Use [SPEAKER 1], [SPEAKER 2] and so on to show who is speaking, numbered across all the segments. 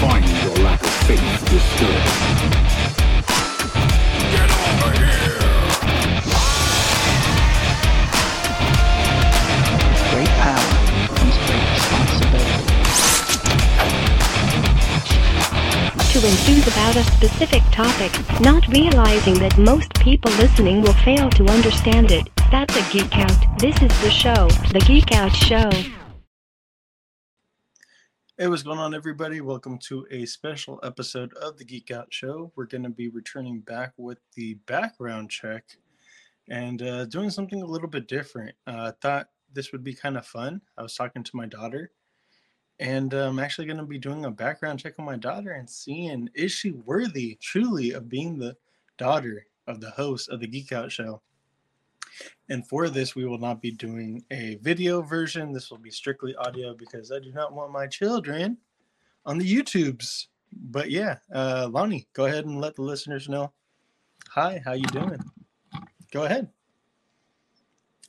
[SPEAKER 1] find your lack of faith disturbed.
[SPEAKER 2] Great power comes great responsibility.
[SPEAKER 3] to enthuse about a specific topic, not realizing that most people listening will fail to understand it. That's a geek out. This is the show, the Geek Out Show.
[SPEAKER 4] Hey, what's going on, everybody? Welcome to a special episode of the Geek Out Show. We're going to be returning back with the background check and uh, doing something a little bit different. Uh, I thought this would be kind of fun. I was talking to my daughter, and uh, I'm actually going to be doing a background check on my daughter and seeing is she worthy truly of being the daughter of the host of the Geek Out Show. And for this, we will not be doing a video version. This will be strictly audio because I do not want my children on the YouTubes. But yeah, uh, Lonnie, go ahead and let the listeners know. Hi, how you doing? Go ahead.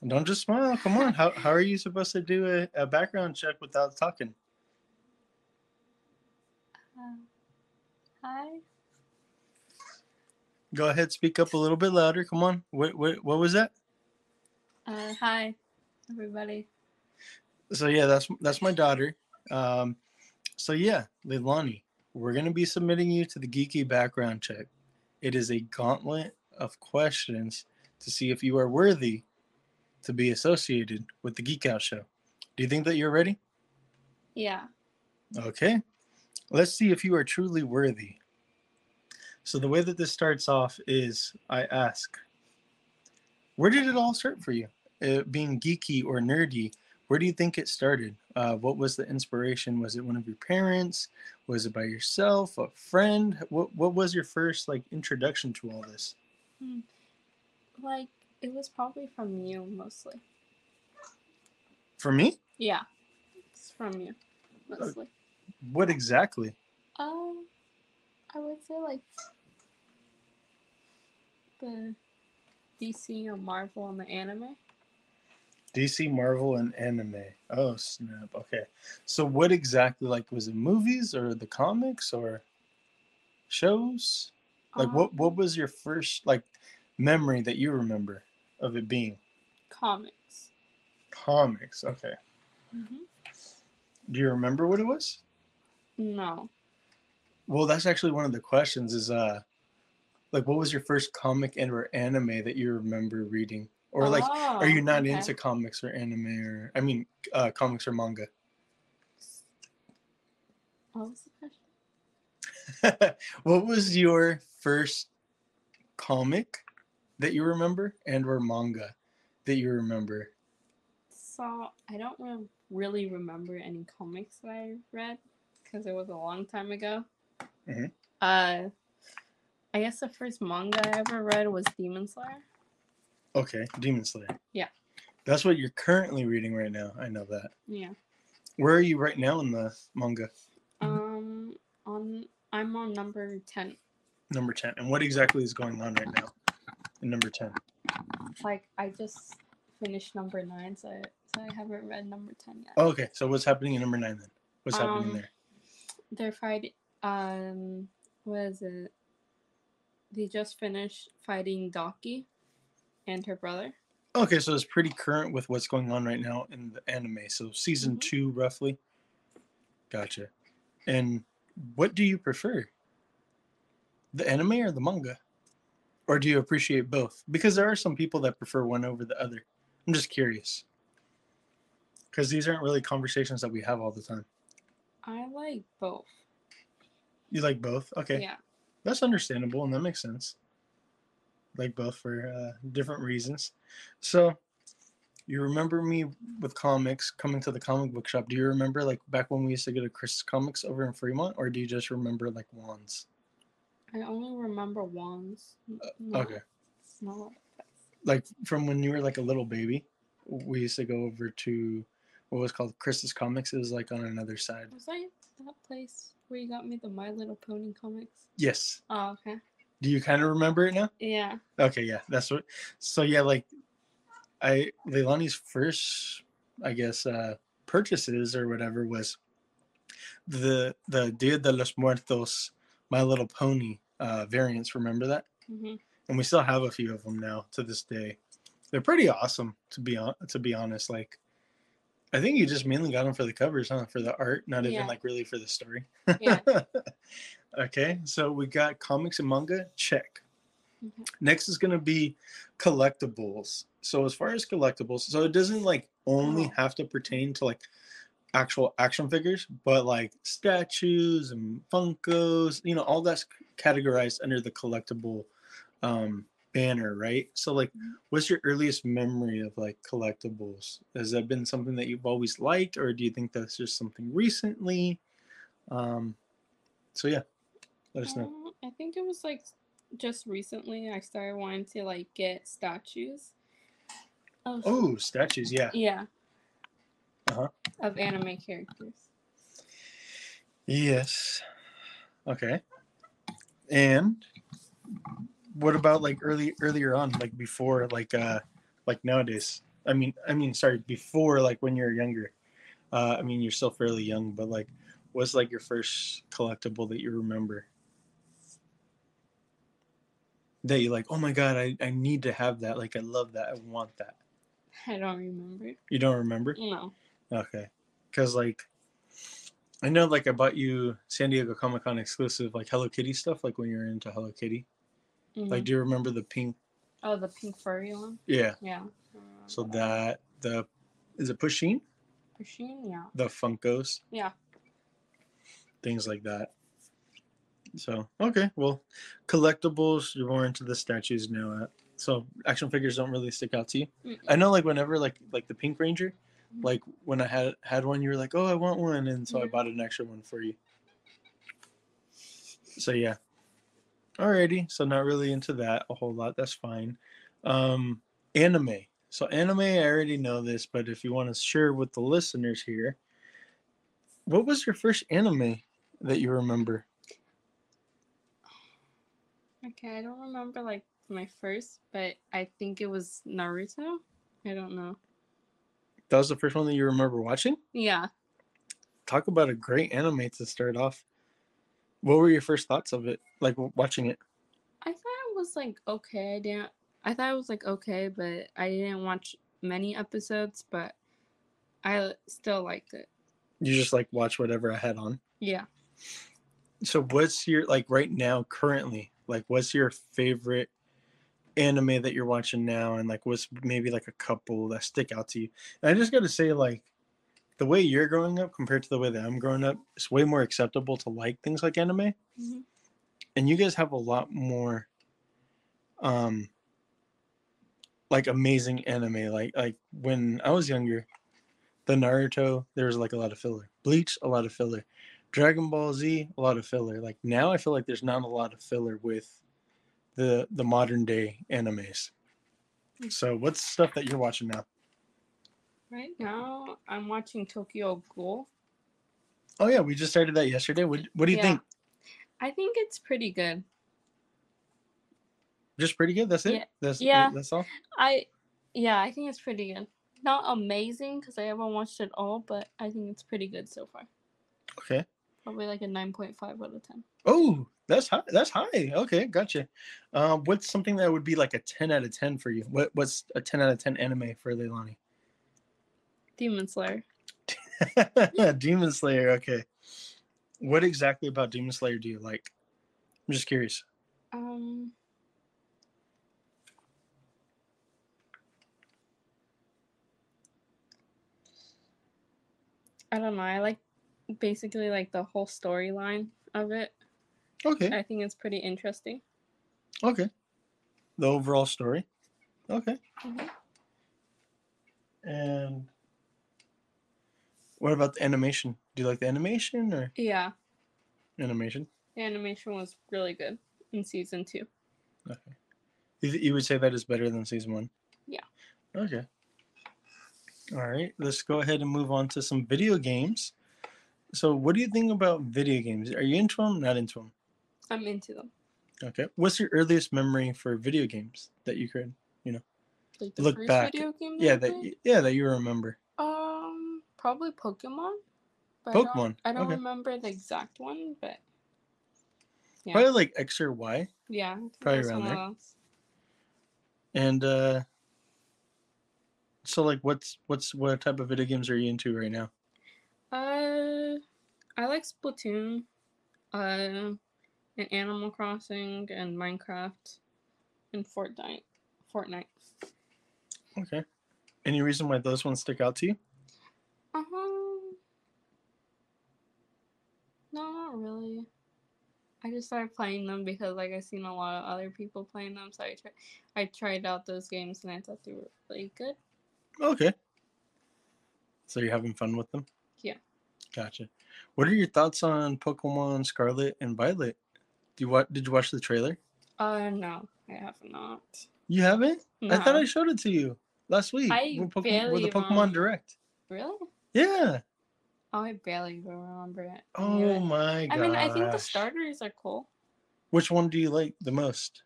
[SPEAKER 4] Don't just smile. Come on. How, how are you supposed to do a, a background check without talking?
[SPEAKER 5] Hi.
[SPEAKER 4] Go ahead, speak up a little bit louder. Come on. What what, what was that?
[SPEAKER 5] Uh, hi, everybody.
[SPEAKER 4] so yeah that's that's my daughter um so yeah leilani we're going to be submitting you to the geeky background check it is a gauntlet of questions to see if you are worthy to be associated with the geek out show do you think that you're ready
[SPEAKER 5] Yeah.
[SPEAKER 4] Okay. Let's see if you are truly worthy. So, the way that this starts off is I ask, where did it all start for you? Uh, being geeky or nerdy, where do you think it started? Uh, what was the inspiration? Was it one of your parents? Was it by yourself? A friend? What, what was your first like introduction to all this?
[SPEAKER 5] Like, it was probably from you mostly.
[SPEAKER 4] For me,
[SPEAKER 5] Yeah. It's from you mostly.
[SPEAKER 4] what exactly?
[SPEAKER 5] Um, I would say, like, the DC or Marvel and the anime.
[SPEAKER 4] DC, Marvel, and anime. Oh snap! Okay, so what exactly? Like, was it movies or the comics or shows? Like, what
[SPEAKER 5] Um,
[SPEAKER 4] what was your first like memory that you remember of it being
[SPEAKER 5] Comics.
[SPEAKER 4] comics? Okay,
[SPEAKER 5] Mm-hmm.
[SPEAKER 4] do you remember what it was?
[SPEAKER 5] No.
[SPEAKER 4] Well, that's actually one of the questions. Is uh, like, what was your first comic and or anime that you remember reading? Or like, are
[SPEAKER 5] Oh,
[SPEAKER 4] you not into comics or anime or I mean, uh, comics or manga?
[SPEAKER 5] What was the question?
[SPEAKER 4] what was your first comic that you remember and or manga that you remember
[SPEAKER 5] So, I don't re- really remember any comics that I read because it was a long time ago.
[SPEAKER 4] Mhm.
[SPEAKER 5] Uh, I guess the first manga I ever read was Demon Slayer.
[SPEAKER 4] okay demon slayer
[SPEAKER 5] Yeah.
[SPEAKER 4] that's what you're currently reading right now i know that
[SPEAKER 5] Yeah.
[SPEAKER 4] where are you right now in the manga
[SPEAKER 5] Um, on I'm on number ten.
[SPEAKER 4] number 10 and what exactly is going on right now in number 10
[SPEAKER 5] Like I just finished number nine, so I, so I haven't read number ten yet.
[SPEAKER 4] Oh, okay so what's happening in number 9 then what's happening
[SPEAKER 5] Um,
[SPEAKER 4] there
[SPEAKER 5] They're fighting. Um, what is it? They just finished fighting Doki and her brother.
[SPEAKER 4] okay so it's pretty current with what's going on right now in the anime so season
[SPEAKER 5] Mhm.
[SPEAKER 4] 2 roughly gotcha and what do you prefer the anime or the manga or do you appreciate both because there are some people that prefer one over the other i'm just curious because these aren't really conversations that we have all the time
[SPEAKER 5] I like both.
[SPEAKER 4] you like both okay
[SPEAKER 5] Yeah.
[SPEAKER 4] that's understandable and that makes sense like both for uh, different reasons so you remember me with comics coming to the comic book shop do you remember like back when we used to go to chris comics over in fremont or do you just remember like wands
[SPEAKER 5] I only remember wands. No,
[SPEAKER 4] Uh, okay
[SPEAKER 5] it's not what it is.
[SPEAKER 4] like from when you were like a little baby we used to go over to what was called chris's comics it was like on another side
[SPEAKER 5] Was I at that place where you got me the My Little Pony comics?
[SPEAKER 4] yes
[SPEAKER 5] Oh, okay.
[SPEAKER 4] Do you kind of remember it now?
[SPEAKER 5] Yeah.
[SPEAKER 4] Okay, yeah, that's what. So yeah, like I Leilani's first, I guess, uh, purchases or whatever was the the Dia de los Muertos, My Little Pony uh, variants. Remember that?
[SPEAKER 5] hmm
[SPEAKER 4] And we still have a few of them now to this day. They're pretty awesome to be on. To be honest, like I think you just mainly got them for the covers, huh? For the art, not
[SPEAKER 5] Yeah.
[SPEAKER 4] even like really for the story.
[SPEAKER 5] Yeah.
[SPEAKER 4] okay, so we got comics and manga. Check.
[SPEAKER 5] Mhm.
[SPEAKER 4] Next is going to be collectibles. So as far as collectibles, so it doesn't like only
[SPEAKER 5] Oh.
[SPEAKER 4] have to pertain to like actual action figures, but like statues and Funkos, you know, all that's categorized under the collectible um, banner, right? So like, what's your earliest memory of like collectibles? Has that been something that you've always liked, or do you think that's just something recently? Um, so yeah, let us know.
[SPEAKER 5] Um, I think it was like just recently I started wanting to like get statues. Of,
[SPEAKER 4] Oh, statues, yeah.
[SPEAKER 5] Yeah.
[SPEAKER 4] Uh-huh.
[SPEAKER 5] Of anime characters.
[SPEAKER 4] Yes. Okay. And what about like early earlier on, like before, like uh like nowadays? I mean I mean sorry, before like when you're younger. Uh I mean you're still fairly young, but like what's like your first collectible that you remember? That you like, oh my god, I, I need to have that. Like I love that. I want that.
[SPEAKER 5] I don't remember.
[SPEAKER 4] You don't remember?
[SPEAKER 5] No.
[SPEAKER 4] Okay. Cause like I know like I bought you San Diego Comic Con exclusive like Hello Kitty stuff, like when you were into Hello Kitty. Like
[SPEAKER 5] Mhm.
[SPEAKER 4] do you remember the pink
[SPEAKER 5] oh, the pink furry one.
[SPEAKER 4] yeah.
[SPEAKER 5] Yeah.
[SPEAKER 4] So that the is it Pusheen?
[SPEAKER 5] Machine, yeah.
[SPEAKER 4] The Funkos,
[SPEAKER 5] Yeah.
[SPEAKER 4] things like that. So okay, well collectibles, you're more into the statues now. uh, So action figures don't really stick out to you.
[SPEAKER 5] Mm-mm.
[SPEAKER 4] I know like whenever like like the Pink Ranger,
[SPEAKER 5] Mhm.
[SPEAKER 4] like when I had had one, you were like, "Oh, I want one," and so I
[SPEAKER 5] Mhm.
[SPEAKER 4] bought an extra one for you. So yeah, alrighty. So not really into that a whole lot. That's fine. Um, anime. So anime, I already know this, but if you want to share with the listeners here, what was your first anime that you remember?
[SPEAKER 5] Okay, I don't remember like my first, but I think it was Naruto. I don't know.
[SPEAKER 4] That was the first one that you remember watching.
[SPEAKER 5] Yeah.
[SPEAKER 4] Talk about a great anime to start off. What were your first thoughts of it? Like w- watching it.
[SPEAKER 5] I thought it was like okay. I didn't. I thought it was like okay, but I didn't watch many episodes, but I still liked it.
[SPEAKER 4] you just like watch whatever I had on.
[SPEAKER 5] Yeah.
[SPEAKER 4] So what's your like right now currently? Like what's your favorite anime that you're watching now and like what's maybe like a couple that stick out to you? And I just got to say like the way you're growing up compared to the way that I'm growing up, it's way more acceptable to like things like anime.
[SPEAKER 5] Mhm.
[SPEAKER 4] And you guys have a lot more um like amazing anime like like when I was younger the Naruto, there was like a lot of filler. Bleach, a lot of filler. Dragon Ball Z, a lot of filler. Like now I feel like there's not a lot of filler with the the modern day animes. So what's stuff that you're watching now?
[SPEAKER 5] Right now, I'm watching Tokyo Ghoul.
[SPEAKER 4] Oh yeah, we just started that yesterday. What what do you
[SPEAKER 5] Yeah.
[SPEAKER 4] think?
[SPEAKER 5] I think it's pretty good.
[SPEAKER 4] Just pretty good. That's it.
[SPEAKER 5] Yeah.
[SPEAKER 4] That's
[SPEAKER 5] Yeah.
[SPEAKER 4] that's all.
[SPEAKER 5] I, yeah, I think it's pretty good. Not amazing because I haven't watched it all, but I think it's pretty good so far.
[SPEAKER 4] Okay.
[SPEAKER 5] Probably like a nine point five out of ten.
[SPEAKER 4] Oh, that's high. That's high. Okay, gotcha. Um, what's something that would be like a ten out of ten for you? What what's a ten out of ten anime for Leilani?
[SPEAKER 5] Demon Slayer.
[SPEAKER 4] Demon Slayer. Okay. What exactly about Demon Slayer do you like? I'm just curious.
[SPEAKER 5] Um. I don't know. I like basically like the whole storyline of it.
[SPEAKER 4] Okay.
[SPEAKER 5] I think it's pretty interesting.
[SPEAKER 4] Okay. The overall story. Okay.
[SPEAKER 5] Mhm.
[SPEAKER 4] And what about the animation? Do you like the animation or
[SPEAKER 5] Yeah,
[SPEAKER 4] animation?
[SPEAKER 5] the animation was really good in season two.
[SPEAKER 4] Okay. You, you would say that is better than season one?
[SPEAKER 5] Yeah.
[SPEAKER 4] Okay. All right. Let's go ahead and move on to some video games. So, what do you think about video games? Are you into them? Not into them.
[SPEAKER 5] I'm into them.
[SPEAKER 4] Okay. What's your earliest memory for video games that you could?
[SPEAKER 5] Like the
[SPEAKER 4] Look
[SPEAKER 5] first
[SPEAKER 4] back.
[SPEAKER 5] video game.
[SPEAKER 4] Yeah,
[SPEAKER 5] I
[SPEAKER 4] that
[SPEAKER 5] played?
[SPEAKER 4] y- yeah that you remember.
[SPEAKER 5] Um, probably Pokemon. But I don't,
[SPEAKER 4] Pokemon,
[SPEAKER 5] I don't
[SPEAKER 4] okay.
[SPEAKER 5] remember the exact one, but Yeah.
[SPEAKER 4] Probably like X or Y.
[SPEAKER 5] yeah, I think
[SPEAKER 4] Probably
[SPEAKER 5] it was
[SPEAKER 4] around
[SPEAKER 5] one of
[SPEAKER 4] there.
[SPEAKER 5] those.
[SPEAKER 4] And uh so like what's what's what type of video games are you into right now?
[SPEAKER 5] Uh, I like Splatoon, uh, and Animal Crossing, and Minecraft, and Fortnite. Fortnite.
[SPEAKER 4] Okay. Any reason why those ones stick out to you?
[SPEAKER 5] Uh huh. No, not really. I just started playing them because, like, I seen a lot of other people playing them, so I tri- I tried out those games and I thought they were really good.
[SPEAKER 4] Okay. So you're having fun with them?
[SPEAKER 5] Yeah.
[SPEAKER 4] Gotcha. What are your thoughts on Pokemon Scarlet and Violet? Do you wa- did you watch the trailer?
[SPEAKER 5] Uh, no, I have not.
[SPEAKER 4] You haven't? I thought
[SPEAKER 5] No.
[SPEAKER 4] I showed it to you last week.
[SPEAKER 5] I
[SPEAKER 4] with Poke- with
[SPEAKER 5] barely
[SPEAKER 4] the Pokemon
[SPEAKER 5] remember.
[SPEAKER 4] Direct.
[SPEAKER 5] really.
[SPEAKER 4] Yeah.
[SPEAKER 5] Oh, I barely remember it. I knew
[SPEAKER 4] Oh
[SPEAKER 5] it.
[SPEAKER 4] my
[SPEAKER 5] I
[SPEAKER 4] god.
[SPEAKER 5] mean, I think the starters are cool.
[SPEAKER 4] Which one do you like the most?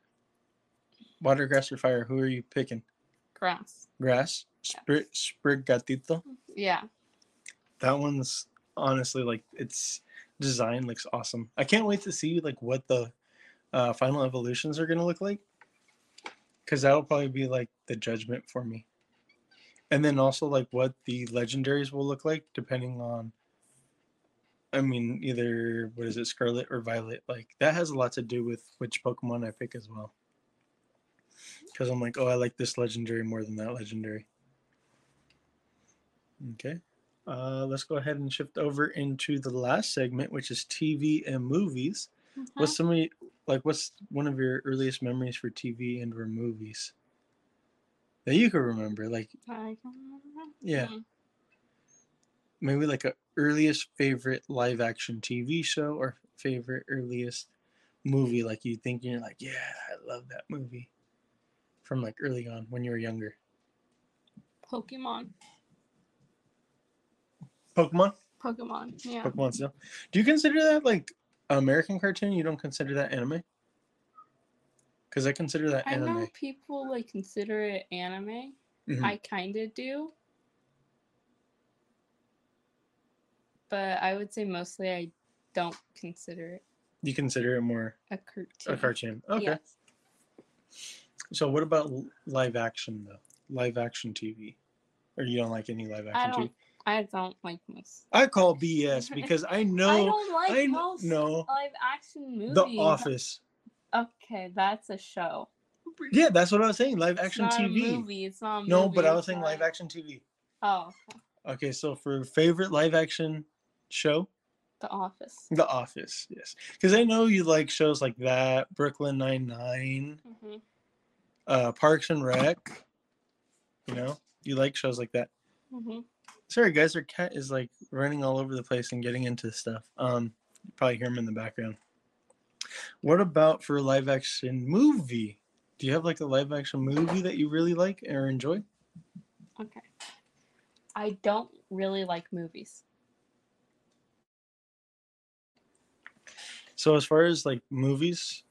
[SPEAKER 4] Water, grass, or fire? Who are you picking?
[SPEAKER 5] Grass.
[SPEAKER 4] Grass, sprig, sprig gatito.
[SPEAKER 5] Yeah.
[SPEAKER 4] That one's honestly like its design looks awesome. I can't wait to see like what the uh, final evolutions are gonna look like, because that'll probably be like the judgment for me. And then also like what the legendaries will look like, depending on. I mean, either what is it, Scarlet or Violet? Like that has a lot to do with which Pokemon I pick as well. Because I'm like, oh, I like this legendary more than that legendary. Okay. Uh, let's go ahead and shift over into the last segment, which is TV and movies. What's some of y- like what's one of your earliest memories for TV and or movies that you can remember? Like
[SPEAKER 5] I can remember.
[SPEAKER 4] yeah,
[SPEAKER 5] Hmm.
[SPEAKER 4] maybe like a earliest favorite live action TV show or favorite earliest movie. Like you think you're like yeah, I love that movie from like early on when you were younger.
[SPEAKER 5] Pokemon.
[SPEAKER 4] Pokemon,
[SPEAKER 5] Pokemon. Yeah.
[SPEAKER 4] Pokemon still. Do you consider that like American cartoon? You don't consider that anime? Because I consider that
[SPEAKER 5] I
[SPEAKER 4] anime.
[SPEAKER 5] know people like consider it anime.
[SPEAKER 4] Mhm.
[SPEAKER 5] I kind of do. But I would say mostly I don't consider it
[SPEAKER 4] You consider it more
[SPEAKER 5] a cartoon.
[SPEAKER 4] a cartoon. Okay.
[SPEAKER 5] Yes.
[SPEAKER 4] So what about l- live action though? Live action TV, or you don't like any live
[SPEAKER 5] I
[SPEAKER 4] action
[SPEAKER 5] don't
[SPEAKER 4] TV?
[SPEAKER 5] I don't like most.
[SPEAKER 4] I call BS because I
[SPEAKER 5] I
[SPEAKER 4] know
[SPEAKER 5] don't like
[SPEAKER 4] I kn-
[SPEAKER 5] most
[SPEAKER 4] no.
[SPEAKER 5] live action movies.
[SPEAKER 4] The Office.
[SPEAKER 5] Okay, that's a show.
[SPEAKER 4] Yeah, that's what I was saying. Live action
[SPEAKER 5] it's not
[SPEAKER 4] TV.
[SPEAKER 5] A movie. It's not a
[SPEAKER 4] No,
[SPEAKER 5] movie,
[SPEAKER 4] but I was
[SPEAKER 5] it's
[SPEAKER 4] saying
[SPEAKER 5] not-
[SPEAKER 4] live action TV.
[SPEAKER 5] Oh, okay.
[SPEAKER 4] Okay, so for favorite live action show,
[SPEAKER 5] The Office.
[SPEAKER 4] The Office. Yes, because I know you like shows like that, Brooklyn Nine Nine,
[SPEAKER 5] hmm
[SPEAKER 4] uh, Parks and Rec. You know, you like shows like that.
[SPEAKER 5] hmm
[SPEAKER 4] Sorry, guys, our cat is like running all over the place and getting into stuff. Um, you probably hear him in the background. What about for a live action movie? Do you have like a live action movie that you really like or enjoy?
[SPEAKER 5] Okay. I don't really like movies.
[SPEAKER 4] So, as far as like movies,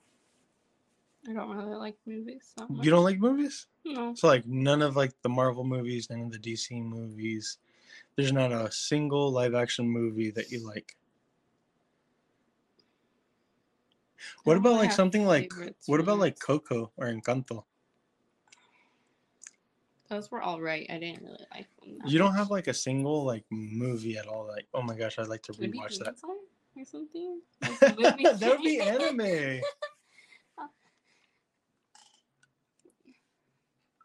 [SPEAKER 5] I don't really like movies. That much.
[SPEAKER 4] you don't like movies?
[SPEAKER 5] No.
[SPEAKER 4] So, like, none of like the Marvel movies, none of the DC movies. There's not a single live action movie that you like. What
[SPEAKER 5] don't
[SPEAKER 4] about
[SPEAKER 5] really
[SPEAKER 4] like
[SPEAKER 5] have
[SPEAKER 4] something like
[SPEAKER 5] favorites,
[SPEAKER 4] what about like
[SPEAKER 5] favorites.
[SPEAKER 4] Coco or Encanto?
[SPEAKER 5] Those were all right. I didn't really like them. that
[SPEAKER 4] You don't
[SPEAKER 5] much.
[SPEAKER 4] have like a single like movie at all. Like, oh my gosh, I'd like to
[SPEAKER 5] Maybe
[SPEAKER 4] rewatch that.
[SPEAKER 5] Invincible or something. Like, the movie
[SPEAKER 4] that would be
[SPEAKER 5] thing.
[SPEAKER 4] anime.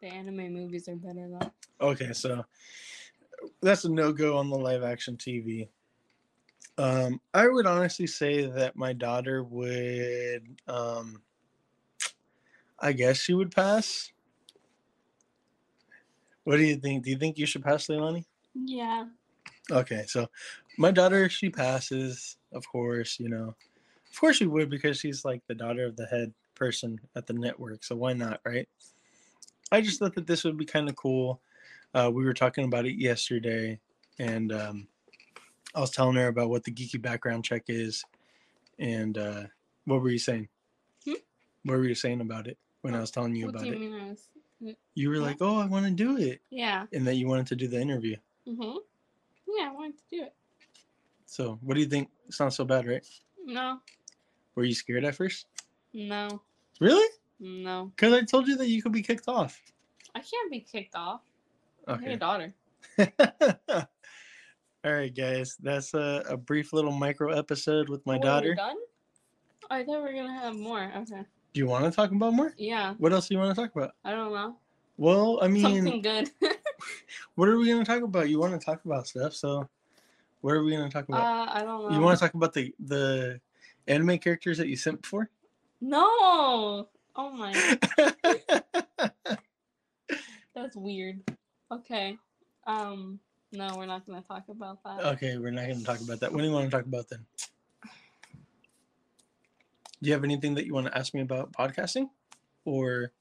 [SPEAKER 5] The anime movies are better though.
[SPEAKER 4] Okay, so that's a no go on the live action TV. Um, I would honestly say that my daughter would, um, I guess she would pass. What do you think? Do you think you should pass, Leilani?
[SPEAKER 5] Yeah.
[SPEAKER 4] Okay, so my daughter, she passes, of course, you know. Of course she would because she's like the daughter of the head person at the network, so why not, right? I just thought that this would be kind of cool. Uh, we were talking about it yesterday, and um, I was telling her about what the geeky background check is, and uh, what were you saying?
[SPEAKER 5] Hmm? Oh,
[SPEAKER 4] what were you saying about it when I was telling you
[SPEAKER 5] what
[SPEAKER 4] about
[SPEAKER 5] do you
[SPEAKER 4] it?
[SPEAKER 5] mean I was?
[SPEAKER 4] You were
[SPEAKER 5] Huh?
[SPEAKER 4] like, "Oh, I want to do it,"
[SPEAKER 5] Yeah.
[SPEAKER 4] and that you wanted to do the interview.
[SPEAKER 5] Mhm. Yeah, I wanted to do it.
[SPEAKER 4] So, what do you think? It's not so bad, right?
[SPEAKER 5] No.
[SPEAKER 4] Were you scared at first?
[SPEAKER 5] No.
[SPEAKER 4] Really?
[SPEAKER 5] No.
[SPEAKER 4] Because I told you that you could be kicked off.
[SPEAKER 5] I can't be kicked off. I'm your
[SPEAKER 4] Okay.
[SPEAKER 5] daughter.
[SPEAKER 4] All right, guys. That's a, a brief little micro episode with my
[SPEAKER 5] Oh,
[SPEAKER 4] daughter.
[SPEAKER 5] We're done? I thought we were gonna have more. Okay.
[SPEAKER 4] Do you want to talk about more?
[SPEAKER 5] Yeah.
[SPEAKER 4] What else do you want to talk about?
[SPEAKER 5] I don't know.
[SPEAKER 4] Well, I mean,
[SPEAKER 5] Something good. uh,
[SPEAKER 4] what are we going to talk about? You want to talk about stuff, so what are we going to talk about?
[SPEAKER 5] Uh, I don't know.
[SPEAKER 4] you want to talk about the the anime characters that you sent for?
[SPEAKER 5] No. Oh my. That's weird. Okay. Um. No, we're not gonna talk about that.
[SPEAKER 4] okay, we're not going to talk about that. What do you want to talk about then? Do you have anything that you want to ask me about podcasting, or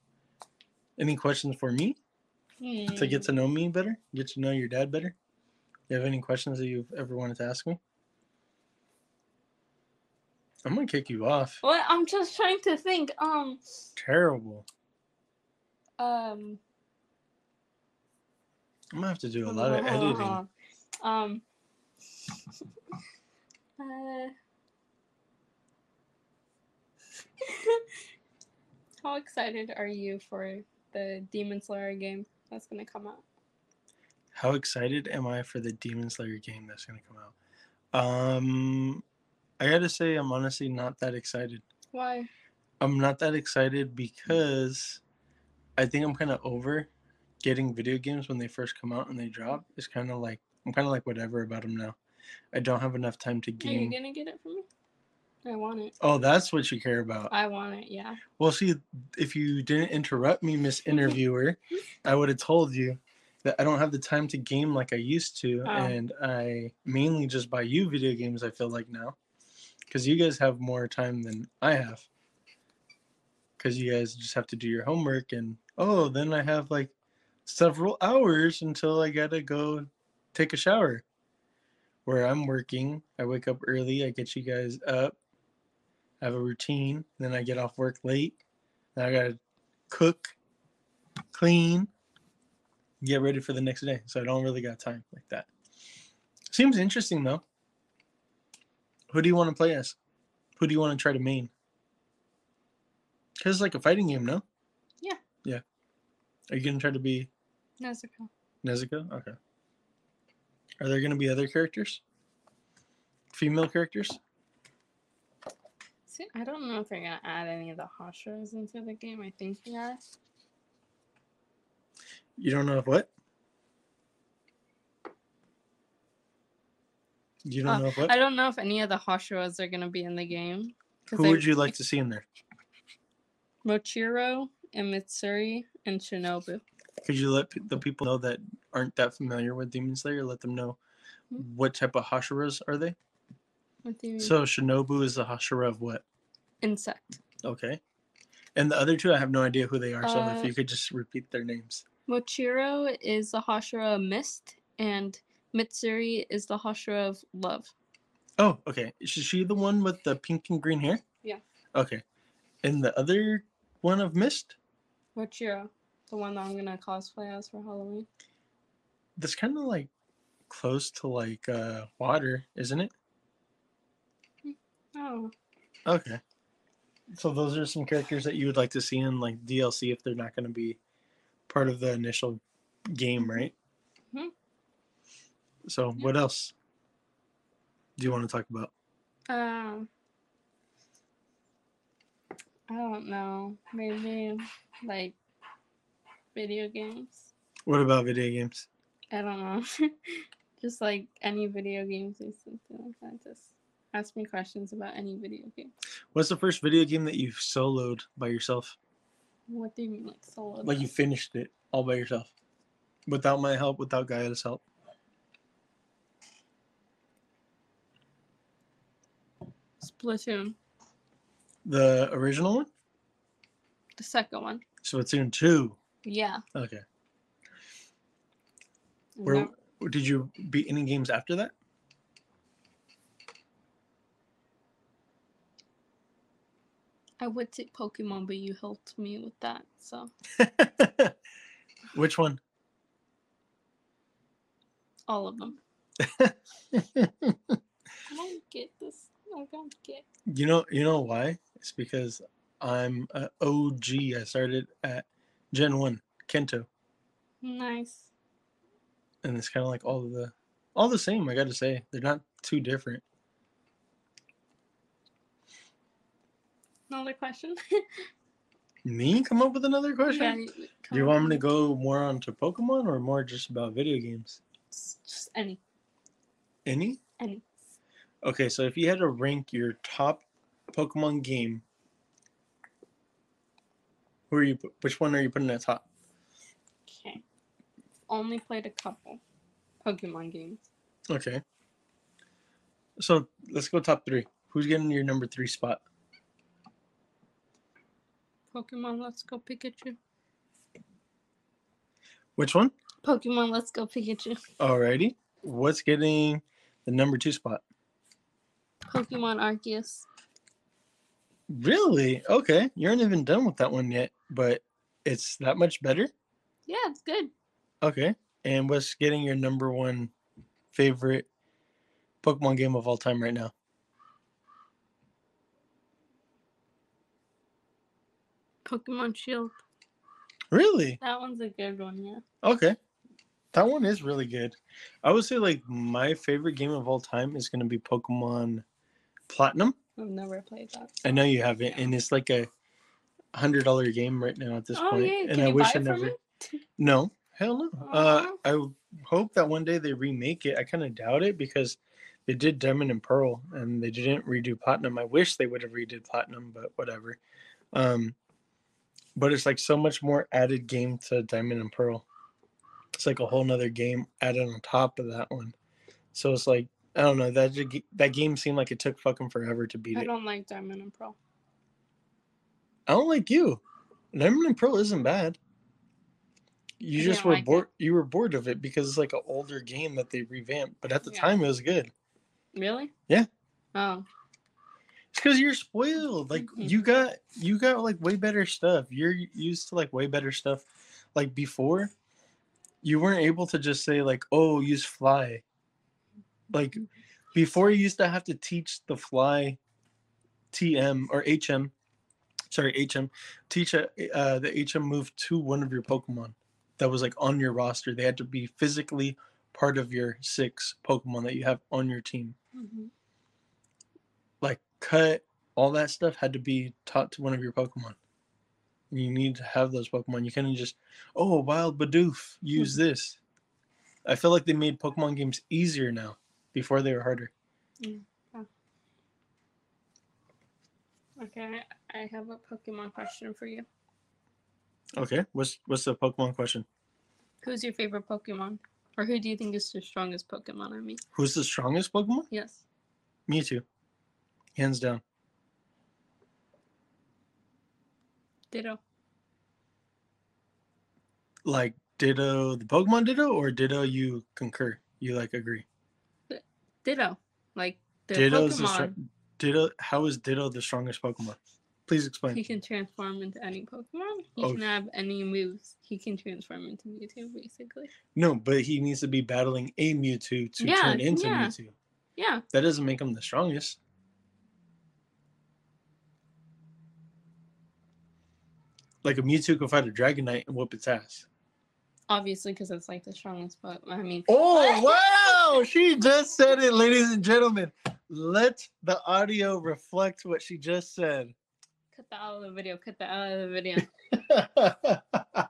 [SPEAKER 4] any questions for me? to
[SPEAKER 5] Hmm.
[SPEAKER 4] get to know me better, get to know your dad better. You have any questions that you've ever wanted to ask me? I'm gonna kick you off.
[SPEAKER 5] Well, I'm just trying to think. Um.
[SPEAKER 4] Terrible.
[SPEAKER 5] Um.
[SPEAKER 4] I'm gonna have to do a lot of editing.
[SPEAKER 5] Um. uh, how excited are you for the Demon Slayer game that's gonna come out?
[SPEAKER 4] How excited am I for the Demon Slayer game that's gonna come out? Um, I gotta say, I'm honestly not that excited.
[SPEAKER 5] Why?
[SPEAKER 4] I'm not that excited because I think I'm kind of over getting video games when they first come out and they drop. It's kind of like I'm kind of like whatever about them now. I don't have enough time to
[SPEAKER 5] Are you
[SPEAKER 4] game.
[SPEAKER 5] gonna get it for me? I want it.
[SPEAKER 4] Oh, that's what you care about.
[SPEAKER 5] I want it. Yeah.
[SPEAKER 4] Well, see, if you didn't interrupt me, Miss Interviewer, I would have told you that I don't have the time to game like I used to,
[SPEAKER 5] Oh.
[SPEAKER 4] and I mainly just buy you video games. I feel like now, because you guys have more time than I have, because you guys just have to do your homework, and oh, then I have like several hours until I gotta go take a shower. Where I'm working, I wake up early, I get you guys up, I have a routine, then I get off work late, then I gotta cook, clean, get ready for the next day. So I don't really got time like that. Seems interesting though. Who do you want to play as? Who do you want to try to main? Cause it's like a fighting game, no?
[SPEAKER 5] Yeah.
[SPEAKER 4] Yeah. Are you gonna try to be
[SPEAKER 5] Nezuko.
[SPEAKER 4] Nezuko? Okay. Are there gonna be other characters? Female characters?
[SPEAKER 5] See, I don't know if they're gonna add any of the Hashiras into the game. I think they are.
[SPEAKER 4] You don't know if what? You don't
[SPEAKER 5] Uh,
[SPEAKER 4] know if what?
[SPEAKER 5] I don't know if any of the Hashiras are gonna be in the game. 'cause
[SPEAKER 4] Who
[SPEAKER 5] I-
[SPEAKER 4] would you like to see in there?
[SPEAKER 5] Mochiro and Mitsuri and Shinobu.
[SPEAKER 4] Could you let pe- the people know that aren't that familiar with Demon Slayer, let them know
[SPEAKER 5] Hmm.
[SPEAKER 4] what type of Hashiras are they?
[SPEAKER 5] What do you mean?
[SPEAKER 4] So Shinobu is the Hashira of what?
[SPEAKER 5] Insect.
[SPEAKER 4] Okay. And the other two, I have no idea who they are. So if
[SPEAKER 5] Uh,
[SPEAKER 4] you could just repeat their names.
[SPEAKER 5] Mochiro is the Hashira of mist, and Mitsuri is the Hashira of love.
[SPEAKER 4] Oh, okay. Is she the one with the pink and green hair?
[SPEAKER 5] Yeah.
[SPEAKER 4] Okay. And the other one of Mist?
[SPEAKER 5] Mochiro, the one that I'm gonna cosplay as for Halloween.
[SPEAKER 4] that's kind of like close to like uh water, isn't it?
[SPEAKER 5] Oh,
[SPEAKER 4] Okay. So those are some characters that you would like to see in like DLC if they're not going to be part of the initial game, right?
[SPEAKER 5] Mhm.
[SPEAKER 4] So what else do you want to talk about?
[SPEAKER 5] um, I don't know. Maybe like video games.
[SPEAKER 4] What about video games?
[SPEAKER 5] I don't know. Just like any video games or something like that. Just ask me questions about any video game.
[SPEAKER 4] What's the first video game that you've soloed by yourself?
[SPEAKER 5] What do you mean, like solo?
[SPEAKER 4] Like you
[SPEAKER 5] dance?
[SPEAKER 4] finished it all by yourself, without my help, without Gaia's help.
[SPEAKER 5] Splatoon,
[SPEAKER 4] The original one,
[SPEAKER 5] the second one.
[SPEAKER 4] Splatoon Two.
[SPEAKER 5] Yeah.
[SPEAKER 4] Okay.
[SPEAKER 5] and
[SPEAKER 4] Where
[SPEAKER 5] that-
[SPEAKER 4] did you beat any games after that?
[SPEAKER 5] I would say Pokemon, but you helped me with that. So
[SPEAKER 4] Which one?
[SPEAKER 5] all of them. I don't get this. I don't get.
[SPEAKER 4] You know, you know why? It's because I'm a OG. I started at Gen One, Kento,
[SPEAKER 5] Nice.
[SPEAKER 4] and it's kind of like all of the, all the same. I got to say, they're not too different.
[SPEAKER 5] Another question.
[SPEAKER 4] Me come up with another question.
[SPEAKER 5] Yeah, you-
[SPEAKER 4] Do you want me to go more onto Pokemon or more just about video games?
[SPEAKER 5] Just just any,
[SPEAKER 4] Any?
[SPEAKER 5] any.
[SPEAKER 4] Okay, so if you had to rank your top Pokemon game, who are you? pu- Which one are you putting at top?
[SPEAKER 5] Okay. Only played a couple Pokemon games.
[SPEAKER 4] Okay. So let's go top three. Who's getting your number three spot?
[SPEAKER 5] Pokemon Let's Go Pikachu.
[SPEAKER 4] Which one?
[SPEAKER 5] Pokemon Let's Go Pikachu.
[SPEAKER 4] Alrighty. What's getting the number two spot?
[SPEAKER 5] Pokemon Arceus.
[SPEAKER 4] Really? Okay. You aren't even done with that one yet, but it's that much better.
[SPEAKER 5] Yeah, it's good.
[SPEAKER 4] Okay. And what's getting your number one favorite Pokemon game of all time right now?
[SPEAKER 5] Pokemon Shield.
[SPEAKER 4] Really?
[SPEAKER 5] That one's a good one, yeah.
[SPEAKER 4] Okay. That one is really good. I would say like my favorite game of all time is going to be Pokemon Platinum.
[SPEAKER 5] I've never played that.
[SPEAKER 4] I know you haven't and it's like a $100 game right now at this
[SPEAKER 5] oh,
[SPEAKER 4] point,
[SPEAKER 5] yeah. Can
[SPEAKER 4] and
[SPEAKER 5] you
[SPEAKER 4] I wish
[SPEAKER 5] buy
[SPEAKER 4] I
[SPEAKER 5] it
[SPEAKER 4] never
[SPEAKER 5] for me? Oh.
[SPEAKER 4] No. Hell no. Uh,
[SPEAKER 5] Aw.
[SPEAKER 4] I w- hope that one day they remake it. I kind of doubt it because they did Diamond and Pearl and they didn't redo Platinum. I wish they would have redid Platinum, but whatever. Um, but it's like so much more added game to Diamond and Pearl. It's like a whole nother game added on top of that one. So it's like, I don't know. That, ju- that game seemed like it took fucking forever to beat
[SPEAKER 5] I
[SPEAKER 4] it.
[SPEAKER 5] don't like Diamond and Pearl.
[SPEAKER 4] I don't like you. Diamond and Pearl isn't bad. You
[SPEAKER 5] I
[SPEAKER 4] just
[SPEAKER 5] didn't
[SPEAKER 4] were
[SPEAKER 5] like it.
[SPEAKER 4] bored. You were bored of it because it's like an older game that they revamped. But at the
[SPEAKER 5] Yeah.
[SPEAKER 4] time, it was good.
[SPEAKER 5] Really?
[SPEAKER 4] Yeah.
[SPEAKER 5] Oh,
[SPEAKER 4] It's because you're spoiled. Like
[SPEAKER 5] Mhm.
[SPEAKER 4] you got you got like way better stuff. You're used to like way better stuff. Like before, you weren't able to just say like, "Oh, use fly." Like before, you used to have to teach the fly, TM or HM. Sorry, HM. Teach a, uh, the HM move to one of your Pokemon that was like on your roster. They had to be physically part of your six Pokemon that you have on your team
[SPEAKER 5] hmm
[SPEAKER 4] like cut, all that stuff had to be taught to one of your Pokemon. You need to have those Pokemon. You couldn't just, oh, wild Bidoof, use this. I feel like they made Pokemon games easier now. Before they were harder.
[SPEAKER 5] okay. I have a Pokemon question for you.
[SPEAKER 4] Okay, what's what's the Pokemon question?
[SPEAKER 5] Who's your favorite Pokemon? Or who do you think is the strongest Pokemon? I mean,
[SPEAKER 4] Who's the strongest Pokemon?
[SPEAKER 5] yes.
[SPEAKER 4] Mewtwo, hands down.
[SPEAKER 5] Ditto.
[SPEAKER 4] Like Ditto, the Pokemon Ditto, or Ditto, you concur, you like agree.
[SPEAKER 5] Ditto. Like, the
[SPEAKER 4] Ditto's the
[SPEAKER 5] Pokemon.
[SPEAKER 4] str- Ditto. How is Ditto the strongest Pokemon? Please explain.
[SPEAKER 5] He can transform into any Pokemon. He
[SPEAKER 4] Oh,
[SPEAKER 5] can
[SPEAKER 4] sh-
[SPEAKER 5] have any moves. He can transform into Mewtwo, basically.
[SPEAKER 4] No, but he needs to be battling a Mewtwo to
[SPEAKER 5] Yeah,
[SPEAKER 4] turn into
[SPEAKER 5] yeah.
[SPEAKER 4] Mewtwo.
[SPEAKER 5] Yeah.
[SPEAKER 4] That doesn't make him the strongest. Like a Mewtwo could fight a Dragonite and whoop its ass.
[SPEAKER 5] Obviously, because it's like the strongest, but I mean,
[SPEAKER 4] Oh wow! She just said it, ladies and gentlemen. Let the audio reflect what she just said.
[SPEAKER 5] cut that out of the video. Cut that out of the video.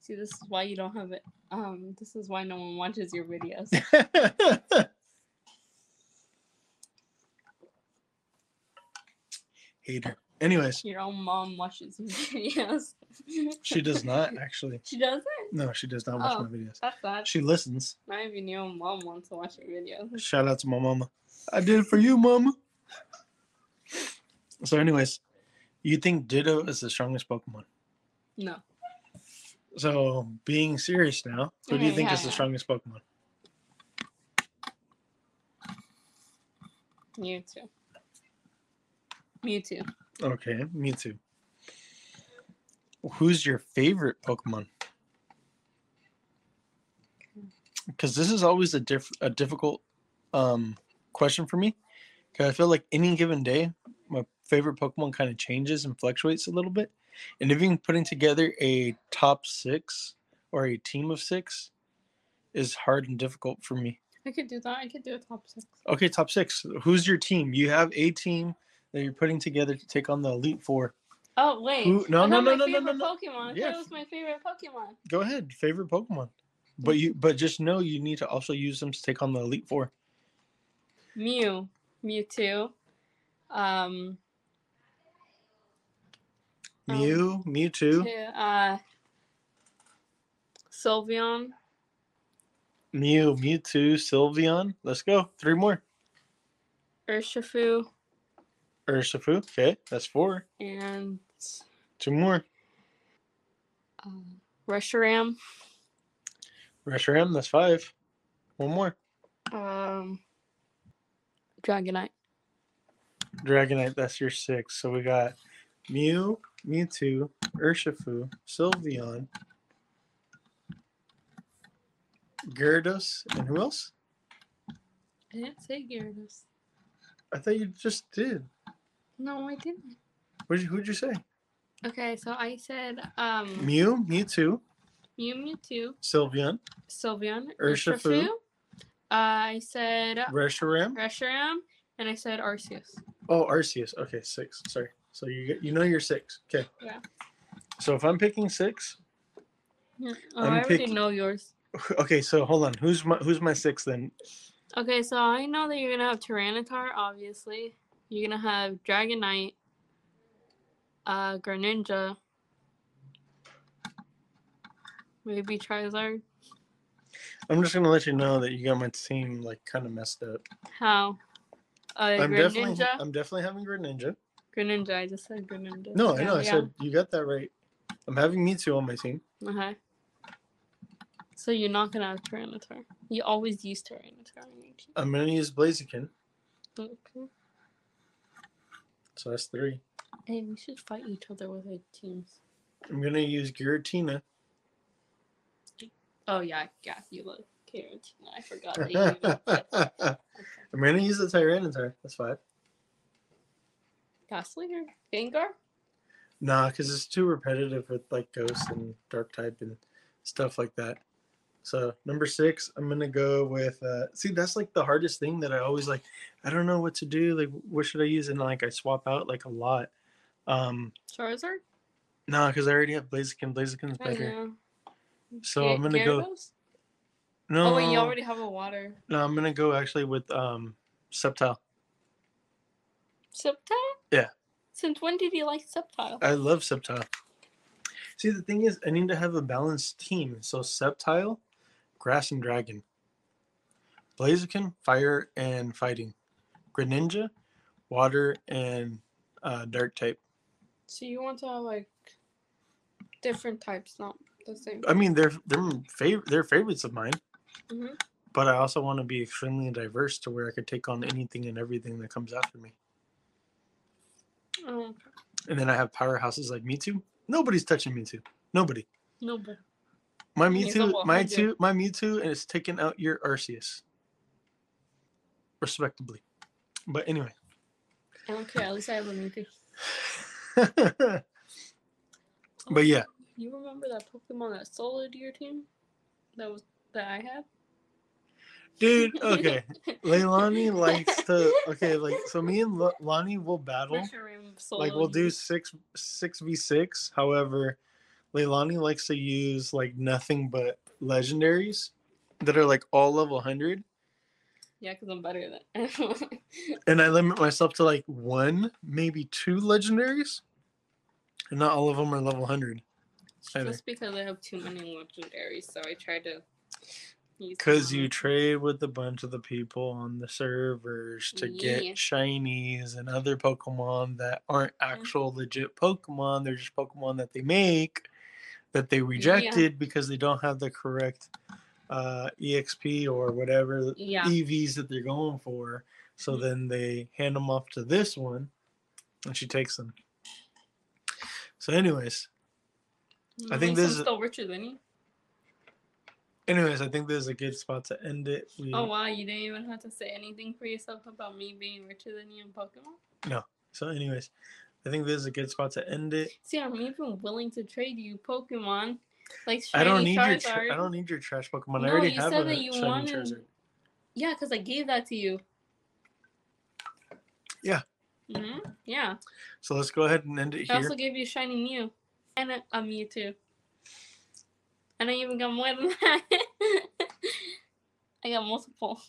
[SPEAKER 5] See, this is why you don't have it. Um, this is why no one watches your videos.
[SPEAKER 4] Hater. Anyways,
[SPEAKER 5] your own mom watches your videos.
[SPEAKER 4] she does not actually.
[SPEAKER 5] She doesn't.
[SPEAKER 4] No, she does not watch
[SPEAKER 5] Oh.
[SPEAKER 4] my videos.
[SPEAKER 5] That's sad.
[SPEAKER 4] She listens.
[SPEAKER 5] Not even your own mom wants to watch your videos.
[SPEAKER 4] Shout out to my mama. I did it for you, mama. So, anyways, you think Ditto is the strongest Pokemon?
[SPEAKER 5] No,
[SPEAKER 4] So, being serious now, who do you
[SPEAKER 5] Okay,
[SPEAKER 4] think
[SPEAKER 5] Mm, yeah,
[SPEAKER 4] is the
[SPEAKER 5] yeah.
[SPEAKER 4] strongest Pokemon?
[SPEAKER 5] you too. Me too.
[SPEAKER 4] Okay, me too. Who's your favorite Pokemon? Because this is always a diff a difficult um, question for me. Because I feel like any given day, my favorite Pokemon kind of changes and fluctuates a little bit. And if even putting together a top six or a team of six is hard and difficult for me.
[SPEAKER 5] I could do that. I could do a top six.
[SPEAKER 4] Okay, top six. Who's your team? You have a team that you're putting together to take on the Elite Four.
[SPEAKER 5] Oh wait.
[SPEAKER 4] Who- no,
[SPEAKER 5] I
[SPEAKER 4] no, no,
[SPEAKER 5] know my
[SPEAKER 4] no, no,
[SPEAKER 5] favorite
[SPEAKER 4] no, no.
[SPEAKER 5] Pokemon. I thought
[SPEAKER 4] Yeah.
[SPEAKER 5] it was my favorite Pokemon.
[SPEAKER 4] Go ahead, favorite Pokemon. But you, but just know you need to also use them to take on the Elite Four.
[SPEAKER 5] Mew, Mewtwo. Um, Um,
[SPEAKER 4] Mew, Mewtwo,
[SPEAKER 5] to, uh, Sylveon.
[SPEAKER 4] Mew, Mewtwo, Sylveon. Let's go. Three more.
[SPEAKER 5] Urshifu
[SPEAKER 4] Urshifu. Okay, that's four.
[SPEAKER 5] and
[SPEAKER 4] Two more.
[SPEAKER 5] uh, Reshiram.
[SPEAKER 4] Reshiram. That's five. One more.
[SPEAKER 5] Um, Dragonite.
[SPEAKER 4] Dragonite. That's your six. So we got Mew, Mewtwo, Urshifu, Sylveon, Gyarados, and who else?
[SPEAKER 5] I didn't say Gyarados.
[SPEAKER 4] I thought you just did.
[SPEAKER 5] No, I didn't.
[SPEAKER 4] What'd you, who'd you say?
[SPEAKER 5] Okay, so I said um,
[SPEAKER 4] Mew, Mewtwo,
[SPEAKER 5] Mew, Mewtwo,
[SPEAKER 4] Sylveon,
[SPEAKER 5] Sylveon,
[SPEAKER 4] Urshifu.
[SPEAKER 5] Urshifu. Uh, I said
[SPEAKER 4] Reshiram.
[SPEAKER 5] Reshiram, and I said Arceus.
[SPEAKER 4] Oh, Arceus. Okay, six. Sorry. So you get, you know you're six. Okay.
[SPEAKER 5] Yeah.
[SPEAKER 4] So if I'm picking six,
[SPEAKER 5] Yeah. Oh,
[SPEAKER 4] I'm
[SPEAKER 5] I already
[SPEAKER 4] pick-
[SPEAKER 5] know yours.
[SPEAKER 4] okay. So hold on. Who's my who's my six then?
[SPEAKER 5] Okay, so I know that you're gonna have Tyranitar, obviously. You're gonna have Dragonite, uh, Greninja, maybe Charizard.
[SPEAKER 4] I'm just gonna let you know that you got my team like kind of messed up.
[SPEAKER 5] How? Uh,
[SPEAKER 4] I'm definitely
[SPEAKER 5] Greninja.
[SPEAKER 4] I'm definitely having Greninja.
[SPEAKER 5] Greninja. I just said Greninja.
[SPEAKER 4] No, I
[SPEAKER 5] Yeah,
[SPEAKER 4] know. I
[SPEAKER 5] Oh, yeah.
[SPEAKER 4] said you got that right. I'm having Mewtwo on my team.
[SPEAKER 5] Okay. So you're not gonna have Tyranitar. You always use Tyranitar. on your team.
[SPEAKER 4] I'm gonna use Blaziken.
[SPEAKER 5] Okay.
[SPEAKER 4] So that's three.
[SPEAKER 5] Hey, we should fight each other with our teams.
[SPEAKER 4] I'm gonna use Giratina.
[SPEAKER 5] Oh yeah, yeah. You look Karen. I forgot. That you even-
[SPEAKER 4] I'm gonna use the Tyranitar. That's five.
[SPEAKER 5] Ghastly or Gengar?
[SPEAKER 4] Nah, because it's too repetitive with like ghosts and dark type and stuff like that. So number six, I'm gonna go with. Uh, see, that's like the hardest thing that I always like. I don't know what to do. Like, what should I use? And like, I swap out like a lot. Um,
[SPEAKER 5] Charizard?
[SPEAKER 4] nah, because I already have Blaziken. Blaziken's
[SPEAKER 5] I
[SPEAKER 4] better.
[SPEAKER 5] know.
[SPEAKER 4] So
[SPEAKER 5] Ga-
[SPEAKER 4] I'm gonna go-
[SPEAKER 5] Gyarados?
[SPEAKER 4] No,
[SPEAKER 5] Oh wait, you already have a water.
[SPEAKER 4] no, I'm gonna go actually with um, Septile.
[SPEAKER 5] Sceptile?
[SPEAKER 4] Yeah.
[SPEAKER 5] Since when did you like Sceptile?
[SPEAKER 4] I love Septile. See, the thing is, I need to have a balanced team. So Septile, Grass and Dragon, Blaziken, Fire and Fighting, Greninja, Water and uh, Dark type.
[SPEAKER 5] So you want to have like different types, not the same.
[SPEAKER 4] I mean, they're they're fav- they're favorites of mine,
[SPEAKER 5] Mhm.
[SPEAKER 4] but I also want to be extremely diverse to where I could take on anything and everything that comes after me.
[SPEAKER 5] Oh,
[SPEAKER 4] And then I have powerhouses like Mewtwo. Nobody's touching Mewtwo. Nobody.
[SPEAKER 5] no, but
[SPEAKER 4] My
[SPEAKER 5] He's a
[SPEAKER 4] Mewtwo, my
[SPEAKER 5] 100.
[SPEAKER 4] two, my Mewtwo is taking out your Arceus, respectably. But anyway,
[SPEAKER 5] I don't care. At least I have a Mewtwo.
[SPEAKER 4] but yeah,
[SPEAKER 5] You remember that Pokemon that soloed your team? That was that I had.
[SPEAKER 4] dude. Okay, Leilani likes to. Okay, like so, me and Lo- Lonnie will battle.
[SPEAKER 5] Reshiram
[SPEAKER 4] Like
[SPEAKER 5] soloed
[SPEAKER 4] we'll do
[SPEAKER 5] you.
[SPEAKER 4] six six v six. However, Leilani likes to use like nothing but legendaries that are like all level hundred.
[SPEAKER 5] Yeah, because I'm better than.
[SPEAKER 4] and I limit myself to like one, maybe two legendaries, and not all of them are level 100. Either.
[SPEAKER 5] Just because I have too many legendaries, so I try to. use
[SPEAKER 4] Because
[SPEAKER 5] them
[SPEAKER 4] you
[SPEAKER 5] all.
[SPEAKER 4] trade with a bunch of the people on the servers to
[SPEAKER 5] Yeah. Mm.
[SPEAKER 4] get shinies and other Pokemon that aren't actual legit Pokemon. They're just Pokemon that they make that they rejected because they don't have the correct uh, EXP or whatever
[SPEAKER 5] Yeah.
[SPEAKER 4] EVs that they're going for. So
[SPEAKER 5] Mhm.
[SPEAKER 4] then they hand them off to this one and she takes them. So, anyways, I think
[SPEAKER 5] At least I'm
[SPEAKER 4] this is-
[SPEAKER 5] Mm, still richer than you.
[SPEAKER 4] anyways, I think this is a good spot to end it. We,
[SPEAKER 5] Oh wow, you didn't even have to say anything for yourself about me being richer than you in Pokemon.
[SPEAKER 4] So, anyways, I think this is a good spot to end it.
[SPEAKER 5] See, I'm even willing to trade you Pokemon, like
[SPEAKER 4] I don't
[SPEAKER 5] shiny
[SPEAKER 4] need your
[SPEAKER 5] Charizard.
[SPEAKER 4] tra- I don't need your trash Pokemon. I
[SPEAKER 5] No,
[SPEAKER 4] already
[SPEAKER 5] you
[SPEAKER 4] have
[SPEAKER 5] said
[SPEAKER 4] a
[SPEAKER 5] that you
[SPEAKER 4] shiny
[SPEAKER 5] wanted-
[SPEAKER 4] Charizard.
[SPEAKER 5] Yeah, because I gave that to you.
[SPEAKER 4] Yeah.
[SPEAKER 5] hmm Yeah.
[SPEAKER 4] So let's go ahead and end it
[SPEAKER 5] I
[SPEAKER 4] here.
[SPEAKER 5] also gave you a shiny Mew and a, a Mewtwo. And I even got more than that. I got multiple.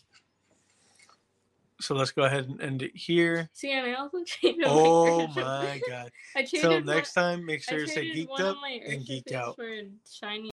[SPEAKER 4] So let's go ahead and end it here.
[SPEAKER 5] See, and I also traded. my
[SPEAKER 4] Oh
[SPEAKER 5] Urshifu.
[SPEAKER 4] my god!
[SPEAKER 5] I traded
[SPEAKER 4] Till
[SPEAKER 5] my-
[SPEAKER 4] next time, make
[SPEAKER 5] I
[SPEAKER 4] sure to stay
[SPEAKER 5] traded
[SPEAKER 4] geeked
[SPEAKER 5] one of
[SPEAKER 4] up
[SPEAKER 5] my
[SPEAKER 4] and geek
[SPEAKER 5] Urshifus
[SPEAKER 4] out.
[SPEAKER 5] For shiny